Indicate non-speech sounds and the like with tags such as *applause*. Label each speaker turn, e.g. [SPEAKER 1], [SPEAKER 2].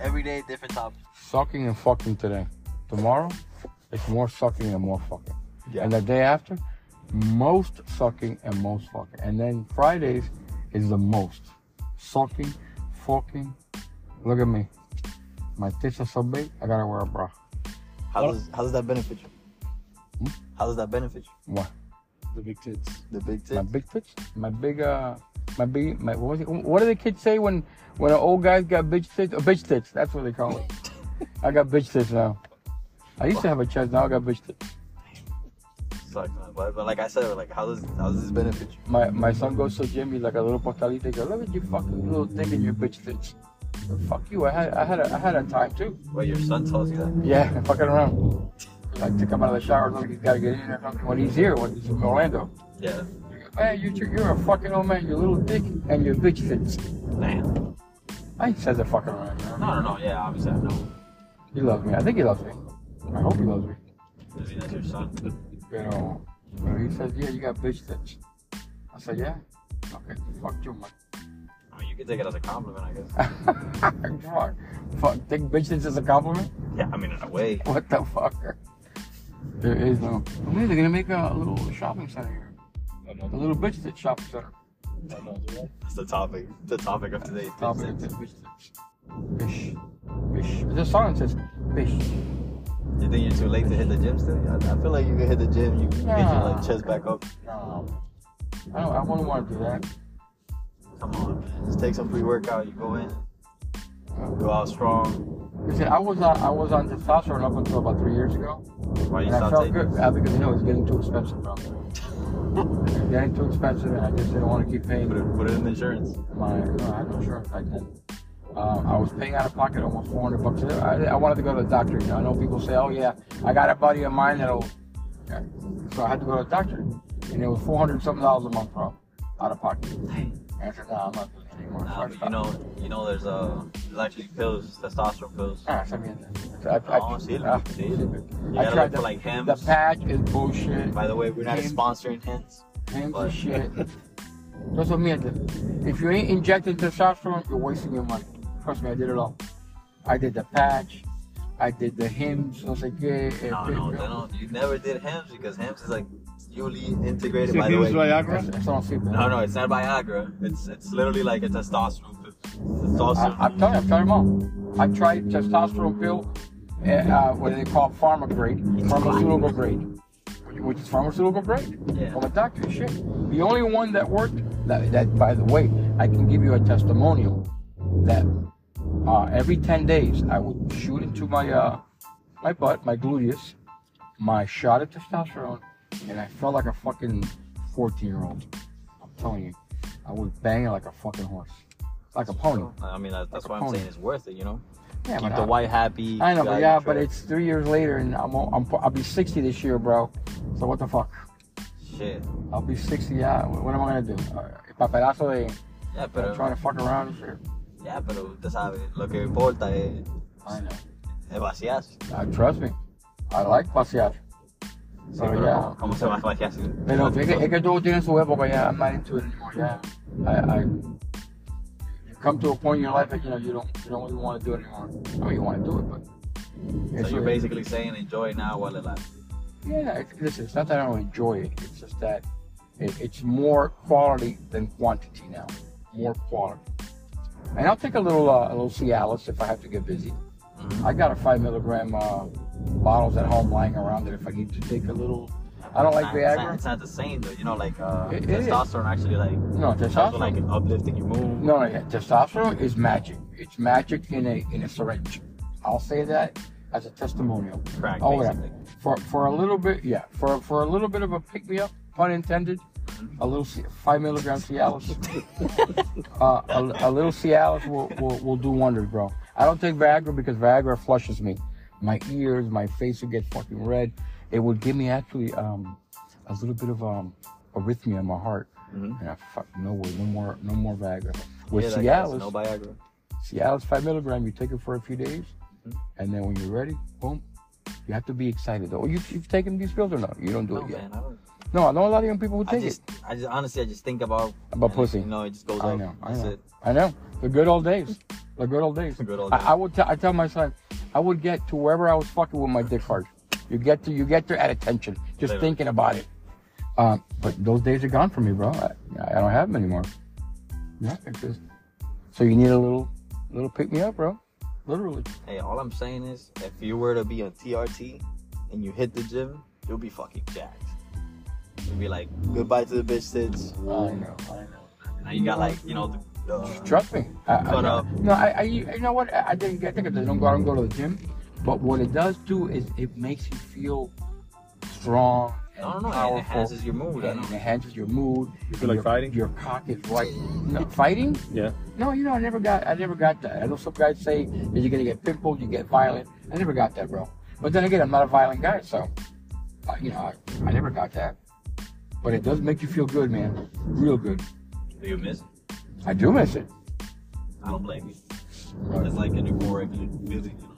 [SPEAKER 1] Every day, different topic.
[SPEAKER 2] Sucking and fucking today. Tomorrow, it's more sucking and more fucking.
[SPEAKER 3] Yeah.
[SPEAKER 2] And the day after, most sucking and most fucking. And then Fridays is the most sucking, fucking. Look at me. My tits are so big, I gotta wear a bra.
[SPEAKER 1] How does how does that benefit you? How does that benefit you?
[SPEAKER 2] What?
[SPEAKER 3] The big tits.
[SPEAKER 1] The big
[SPEAKER 2] My
[SPEAKER 1] tip.
[SPEAKER 2] big tits? My big, uh, my big, my, what was it? What do the kids say when, when an old guy's got bitch tits? Oh, bitch tits, that's what they call
[SPEAKER 3] *laughs*
[SPEAKER 2] it. I got bitch tits now. I used to have a chest, now I got bitch tits.
[SPEAKER 1] Sucks, man. But, but like I said, like how does how does this benefit you?
[SPEAKER 2] My my son goes to the gym. He's like a little portalita. He goes, look at you fucking little thing in your bitch tits. Fuck you. I had I had a, I had a time too.
[SPEAKER 1] Wait, your son tells you that?
[SPEAKER 2] Yeah, *laughs* fucking around. Like to come out of the shower. Look, he's got to get in or something. When he's here, when he's in Orlando,
[SPEAKER 1] Yeah.
[SPEAKER 2] he goes, man, you two- you're a fucking old man. Your little dick and your bitch tits.
[SPEAKER 1] Damn. No,
[SPEAKER 2] I ain't says a fucking around. man.
[SPEAKER 1] no, no. Yeah, obviously I know.
[SPEAKER 2] He loves me. I think he loves me. I hope he loves me.
[SPEAKER 1] I mean, that's your son.
[SPEAKER 2] You know. But he says, yeah, you got bitch tits. I said, yeah. Okay, fuck you, man. *laughs*
[SPEAKER 1] I mean, you can take it as a compliment, I guess.
[SPEAKER 2] fuck, fuck. Think bitch tits is a compliment?
[SPEAKER 1] Yeah, I mean, in a way.
[SPEAKER 2] What the fuck? There is no. I mean, they're gonna make a little shopping center here. A little bitch tit shopping center.
[SPEAKER 1] That's the topic. The topic of today.
[SPEAKER 2] Probably a bitch tit. Bish. Bish. The song says bish.
[SPEAKER 1] You think you're too late to hit the gym still? I, I feel like you could hit the gym. You can get your like, chest back up.
[SPEAKER 2] No. I don't. I wouldn't want to do that.
[SPEAKER 1] Come on, man. Just take some pre-workout. You go in. Go out strong.
[SPEAKER 2] You see, I was on. I was on testosterone up until about three years ago,
[SPEAKER 1] Why Oh, you
[SPEAKER 2] and I
[SPEAKER 1] stop
[SPEAKER 2] felt
[SPEAKER 1] taking?
[SPEAKER 2] good uh, because you know it's getting too expensive, bro. It's getting too expensive, and I just didn't want to keep paying.
[SPEAKER 1] Put it, put it in the insurance.
[SPEAKER 2] my no, I had no insurance back then. Um, I was paying out of pocket almost 400 bucks. I, I wanted to go to the doctor. You know, I know people say, "Oh yeah, I got a buddy of mine that'll," yeah. so I had to go to the doctor, and it was 400 something dollars a month, bro, out of pocket. And I said, "No, I'm not doing it anymore."
[SPEAKER 1] Nah,
[SPEAKER 2] so
[SPEAKER 1] but um,
[SPEAKER 2] I
[SPEAKER 1] you know, you know, there's uh, there's actually pills, testosterone pills.
[SPEAKER 2] Ah, send me in there. So I, I,
[SPEAKER 1] Oh, see,
[SPEAKER 2] ah,
[SPEAKER 1] look, see. You
[SPEAKER 2] I
[SPEAKER 1] gotta
[SPEAKER 2] tried
[SPEAKER 1] look
[SPEAKER 2] the,
[SPEAKER 1] for, like, hymns.
[SPEAKER 2] The patch is bullshit.
[SPEAKER 1] By the way, we're not
[SPEAKER 2] Hymns-
[SPEAKER 1] sponsoring hints.
[SPEAKER 2] hymns
[SPEAKER 1] but-
[SPEAKER 2] is shit. That's what me. I did. If you ain't injecting testosterone, you're wasting your money. Trust me, I did it all. I did the patch. I did the hymns. I was like, yeah,
[SPEAKER 1] No,
[SPEAKER 2] yeah, yeah,
[SPEAKER 1] no,
[SPEAKER 2] yeah.
[SPEAKER 1] they don't. You never did hams because hams is like newly integrated.
[SPEAKER 3] Is it
[SPEAKER 1] By the
[SPEAKER 3] Hughes
[SPEAKER 1] way,
[SPEAKER 2] That's,
[SPEAKER 3] Viagra?
[SPEAKER 2] that's what I'm saying. man.
[SPEAKER 1] no, no, it's not Viagra. It's it's literally like a testosterone. pill.
[SPEAKER 2] I,
[SPEAKER 1] Testosterone.
[SPEAKER 2] I'm telling you, I'm telling them all. I tried testosterone pill, uh, uh, what do they call pharma grade, pharmaceutical grade, which is pharmaceutical grade
[SPEAKER 1] Yeah.
[SPEAKER 2] from a doctor. Shit. The only one that worked, that, that by the way, I can give you a testimonial that uh, every 10 days I would shoot into my uh, my butt, my gluteus, my shot of testosterone, and I felt like a fucking 14 year old. I'm telling you, I was banging like a fucking horse, like a pony.
[SPEAKER 1] I mean, that, that's
[SPEAKER 2] Oh Like a
[SPEAKER 1] why I'm
[SPEAKER 2] pony.
[SPEAKER 1] saying it's worth it. You know,
[SPEAKER 2] Yeah,
[SPEAKER 1] keep
[SPEAKER 2] but
[SPEAKER 1] the
[SPEAKER 2] I-
[SPEAKER 1] wife happy.
[SPEAKER 2] I know,
[SPEAKER 1] you got
[SPEAKER 2] but yeah,
[SPEAKER 1] your
[SPEAKER 2] but
[SPEAKER 1] trip.
[SPEAKER 2] it's three years later, and I'm, I'm I'll be 60 this year, bro. So what the fuck?
[SPEAKER 1] shit.
[SPEAKER 2] I'll be 60. Yeah, what am I gonna do? Uh, papelazo de
[SPEAKER 1] Yeah,
[SPEAKER 2] I'm trying
[SPEAKER 1] pero
[SPEAKER 2] to fuck around and shit.
[SPEAKER 1] yeah, pero usted sabe lo que importa es
[SPEAKER 2] I know.
[SPEAKER 1] es vaciarse.
[SPEAKER 2] Uh, trust me, I like pasear.
[SPEAKER 1] Sí,
[SPEAKER 2] So
[SPEAKER 1] pero
[SPEAKER 2] Oh, yeah,
[SPEAKER 1] ¿Cómo se va a vaciarse?
[SPEAKER 2] pero es que, es que todo tiene su época. Yeah, I'm not into it anymore. Yeah, I, I you come to a point in your life that you know you don't you don't really want to do it anymore. I mean, you want to do it, but
[SPEAKER 1] So
[SPEAKER 2] it's-
[SPEAKER 1] you're basically saying enjoy it now while it lasts.
[SPEAKER 2] Yeah, it, listen, it's not that I don't enjoy it. It's just that it, it's more quality than quantity now. More quality. And I'll take a little uh, a little Cialis if I have to get busy. I got a five milligram uh, bottles at home lying around that if I need to take a little. I don't like
[SPEAKER 1] It's not- it's not-
[SPEAKER 2] Viagra.
[SPEAKER 1] It's not the same though. You know, like uh,
[SPEAKER 2] It- it is.
[SPEAKER 1] testosterone actually like
[SPEAKER 2] No,
[SPEAKER 1] also like
[SPEAKER 2] testosterone.
[SPEAKER 1] uplifting your mood.
[SPEAKER 2] No, no, yeah. testosterone is magic. It's magic in a in a syringe. I'll say that as a testimonial.
[SPEAKER 1] Crack,
[SPEAKER 2] Oh, yeah.
[SPEAKER 1] basically.
[SPEAKER 2] For for a little bit, yeah. For for a little bit of a pick me up, pun intended. A little C- five
[SPEAKER 1] *laughs*
[SPEAKER 2] milligram Cialis. uh, a, a little Cialis will, will will do wonders, bro. I don't take Viagra because Viagra flushes me. My ears, my face would get fucking red. It would give me actually um, a little bit of um, arrhythmia in my heart. And I fuck no way, no more, no more Viagra. With
[SPEAKER 1] Mm-hmm. Yeah, that guy's
[SPEAKER 2] Cialis,
[SPEAKER 1] no Viagra.
[SPEAKER 2] Cialis five milligram. You take it for a few days,
[SPEAKER 1] Mm-hmm.
[SPEAKER 2] and then when you're ready, boom. You have to be excited though. You, you've taken these pills or no? You don't do
[SPEAKER 1] No
[SPEAKER 2] it yet.
[SPEAKER 1] man, I don't.
[SPEAKER 2] No, I know a lot of young people who
[SPEAKER 1] I
[SPEAKER 2] take
[SPEAKER 1] just,
[SPEAKER 2] it.
[SPEAKER 1] I just honestly, I just think about
[SPEAKER 2] About
[SPEAKER 1] and,
[SPEAKER 2] pussy.
[SPEAKER 1] You know, it just goes
[SPEAKER 2] I
[SPEAKER 1] up.
[SPEAKER 2] know. I
[SPEAKER 1] That's
[SPEAKER 2] know.
[SPEAKER 1] it.
[SPEAKER 2] I know. The good old days. The good old days.
[SPEAKER 1] The good old
[SPEAKER 2] I,
[SPEAKER 1] days.
[SPEAKER 2] I would tell I tell my son, I would get to wherever I was fucking with my dick hard. You get to you get there at attention, just
[SPEAKER 1] Literally.
[SPEAKER 2] thinking about it. Um, but those days are gone for me, bro. I, I don't have them anymore. Yeah, it's just, so you need a little little pick me up, bro. Literally.
[SPEAKER 1] Hey, all I'm saying is, if you were to be on TRT and you hit the gym, you'll be fucking jacked. You'll be like, goodbye to the bitch tits.
[SPEAKER 2] I know.
[SPEAKER 1] Now you got like, you know, the, the
[SPEAKER 2] Trust me. I, I,
[SPEAKER 1] But, uh,
[SPEAKER 2] no, I, I, you know what? I, I didn't. I think I don't go out and go to the gym. But what it does do is it makes you feel strong. And
[SPEAKER 1] I don't know, it
[SPEAKER 2] powerful,
[SPEAKER 1] enhances your mood, I
[SPEAKER 2] and
[SPEAKER 1] know.
[SPEAKER 2] It enhances your mood. You
[SPEAKER 3] feel like
[SPEAKER 2] your,
[SPEAKER 3] fighting?
[SPEAKER 2] Your cock is right. No, fighting?
[SPEAKER 3] Yeah.
[SPEAKER 2] No, you know, I never got. I never got that. I know some guys say that you're gonna get pimpled, you get violent. I never got that, bro. But then again, I'm not a violent guy, so uh, you know, I, I never got that. But it does make you feel good, man. Real good.
[SPEAKER 1] do you miss? it?
[SPEAKER 2] I do miss it.
[SPEAKER 1] I don't blame you. It's like an euphoric feeling, you know.